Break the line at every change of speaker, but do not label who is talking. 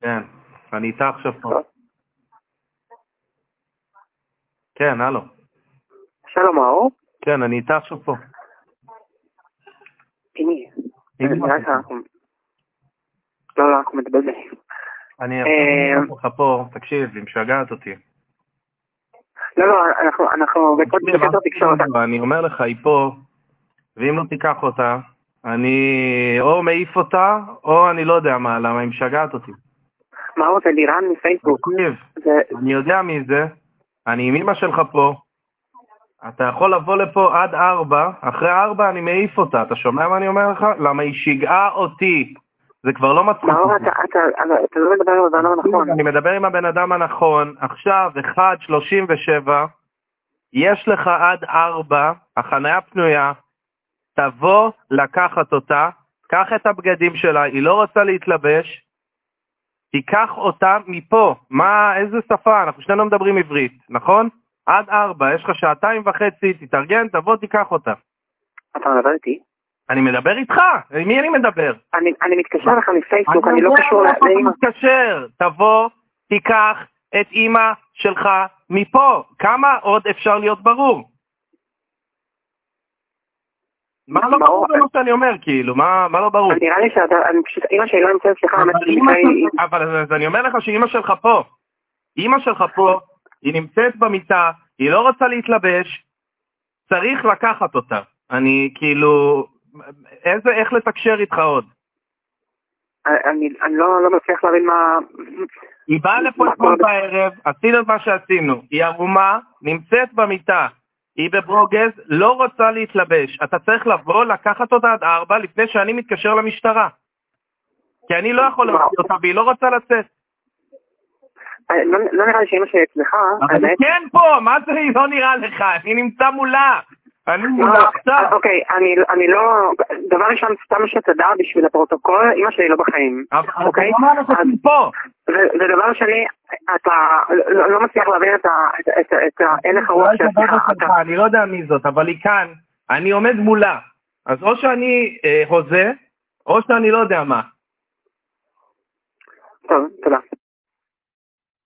כן, אני איתה עכשיו פה. כן, הלו.
שלום מאור.
כן, אני איתה עכשיו פה.
פיני.
הנה,
נראה
מה?
שאנחנו... לא, לא, אנחנו מתבלבלים.
אני
אה,
אעשה לך פה, תקשיב, היא משגעת אותי.
לא, לא, אנחנו- אנחנו בקוד-
תקשיב,
בקשר תקשורת.
אני אומר לך, היא פה, ואם לא תיקח אותה, אני או מעיף אותה, או אני לא יודע מה, למה היא משגעת אותי.
מאור זה לירן מפייסבוק.
תקשיב,
זה-
אני יודע מי זה, אני עם אמא שלך פה, אתה יכול לבוא לפה עד ארבע, אחרי ארבע אני מעיף אותה, אתה שומע מה אני אומר לך? למה היא שיגעה אותי. זה כבר לא מצחיק.
מאור,
אותי.
אתה אתה- אבל אתה לא מדבר עם הבן אדם הנכון.
אני מדבר עם הבן אדם הנכון, עכשיו 1.37, יש לך עד 4, החניה פנויה, תבוא לקחת אותה, קח את הבגדים שלה, היא לא רוצה להתלבש, תיקח אותה מפה. מה, איזה שפה, אנחנו שנינו מדברים עברית, נכון? עד 4, יש לך שעתיים וחצי, תתארגן, תבוא, תיקח אותה.
אתה מדבר איתי?
אני מדבר איתך, עם מי אני מדבר?
אני אני מתקשר לך מפייסבוק, אני לא קשור
לאימא. אני
לאמא.
מתקשר, תבוא, תיקח את אימא שלך מפה. כמה עוד אפשר להיות ברור? מה לא ברור
מאור,
במה שאני אומר, כאילו? מה מה לא ברור?
נראה לי שאתה, אני פשוט, אמא שלי לא נמצאת אצלך,
אבל
האמת היא
אימא
היא-
שלך- אבל אז- אז אני אומר לך שאימא שלך פה. אימא שלך פה, היא נמצאת במיטה, היא לא רוצה להתלבש, צריך לקחת אותה. אני כאילו... איזה, איך לתקשר איתך עוד?
אני אני לא לא מצליח להבין מה...
היא באה לפה
מה
אתמול
קורה?
בערב, עשינו את מה שעשינו. היא ערומה, נמצאת במיטה. היא בברוגז, לא רוצה להתלבש. אתה צריך לבוא, לקחת אותה עד ארבע, לפני שאני מתקשר למשטרה. כי אני לא יכול להוציא אותה, והיא לא רוצה לצאת.
אני- לא לא נראה לי שאמא שלי אצלך,
אבל היא
האמת.
כן פה, מה זה לא נראה לך? אני נמצא מולה. אני
לא,
מולה עכשיו.
אוקיי, אני, אני לא... דבר ראשון, סתם שתדע בשביל הפרוטוקול, אמא שלי לא בחיים.
אבל אבל
אוקיי,
למה אנחנו
אז-
פה?
ו- ודבר שני, אתה לא, לא מצליח להבין את ה- את- את- את ה- הלך הרוח
אולי תדבר
שלך. אתה-
בשמך, אני לא יודע מי זאת, אבל היא כאן, אני עומד מולה. אז או שאני אה, הוזה, או שאני לא יודע מה.
טוב,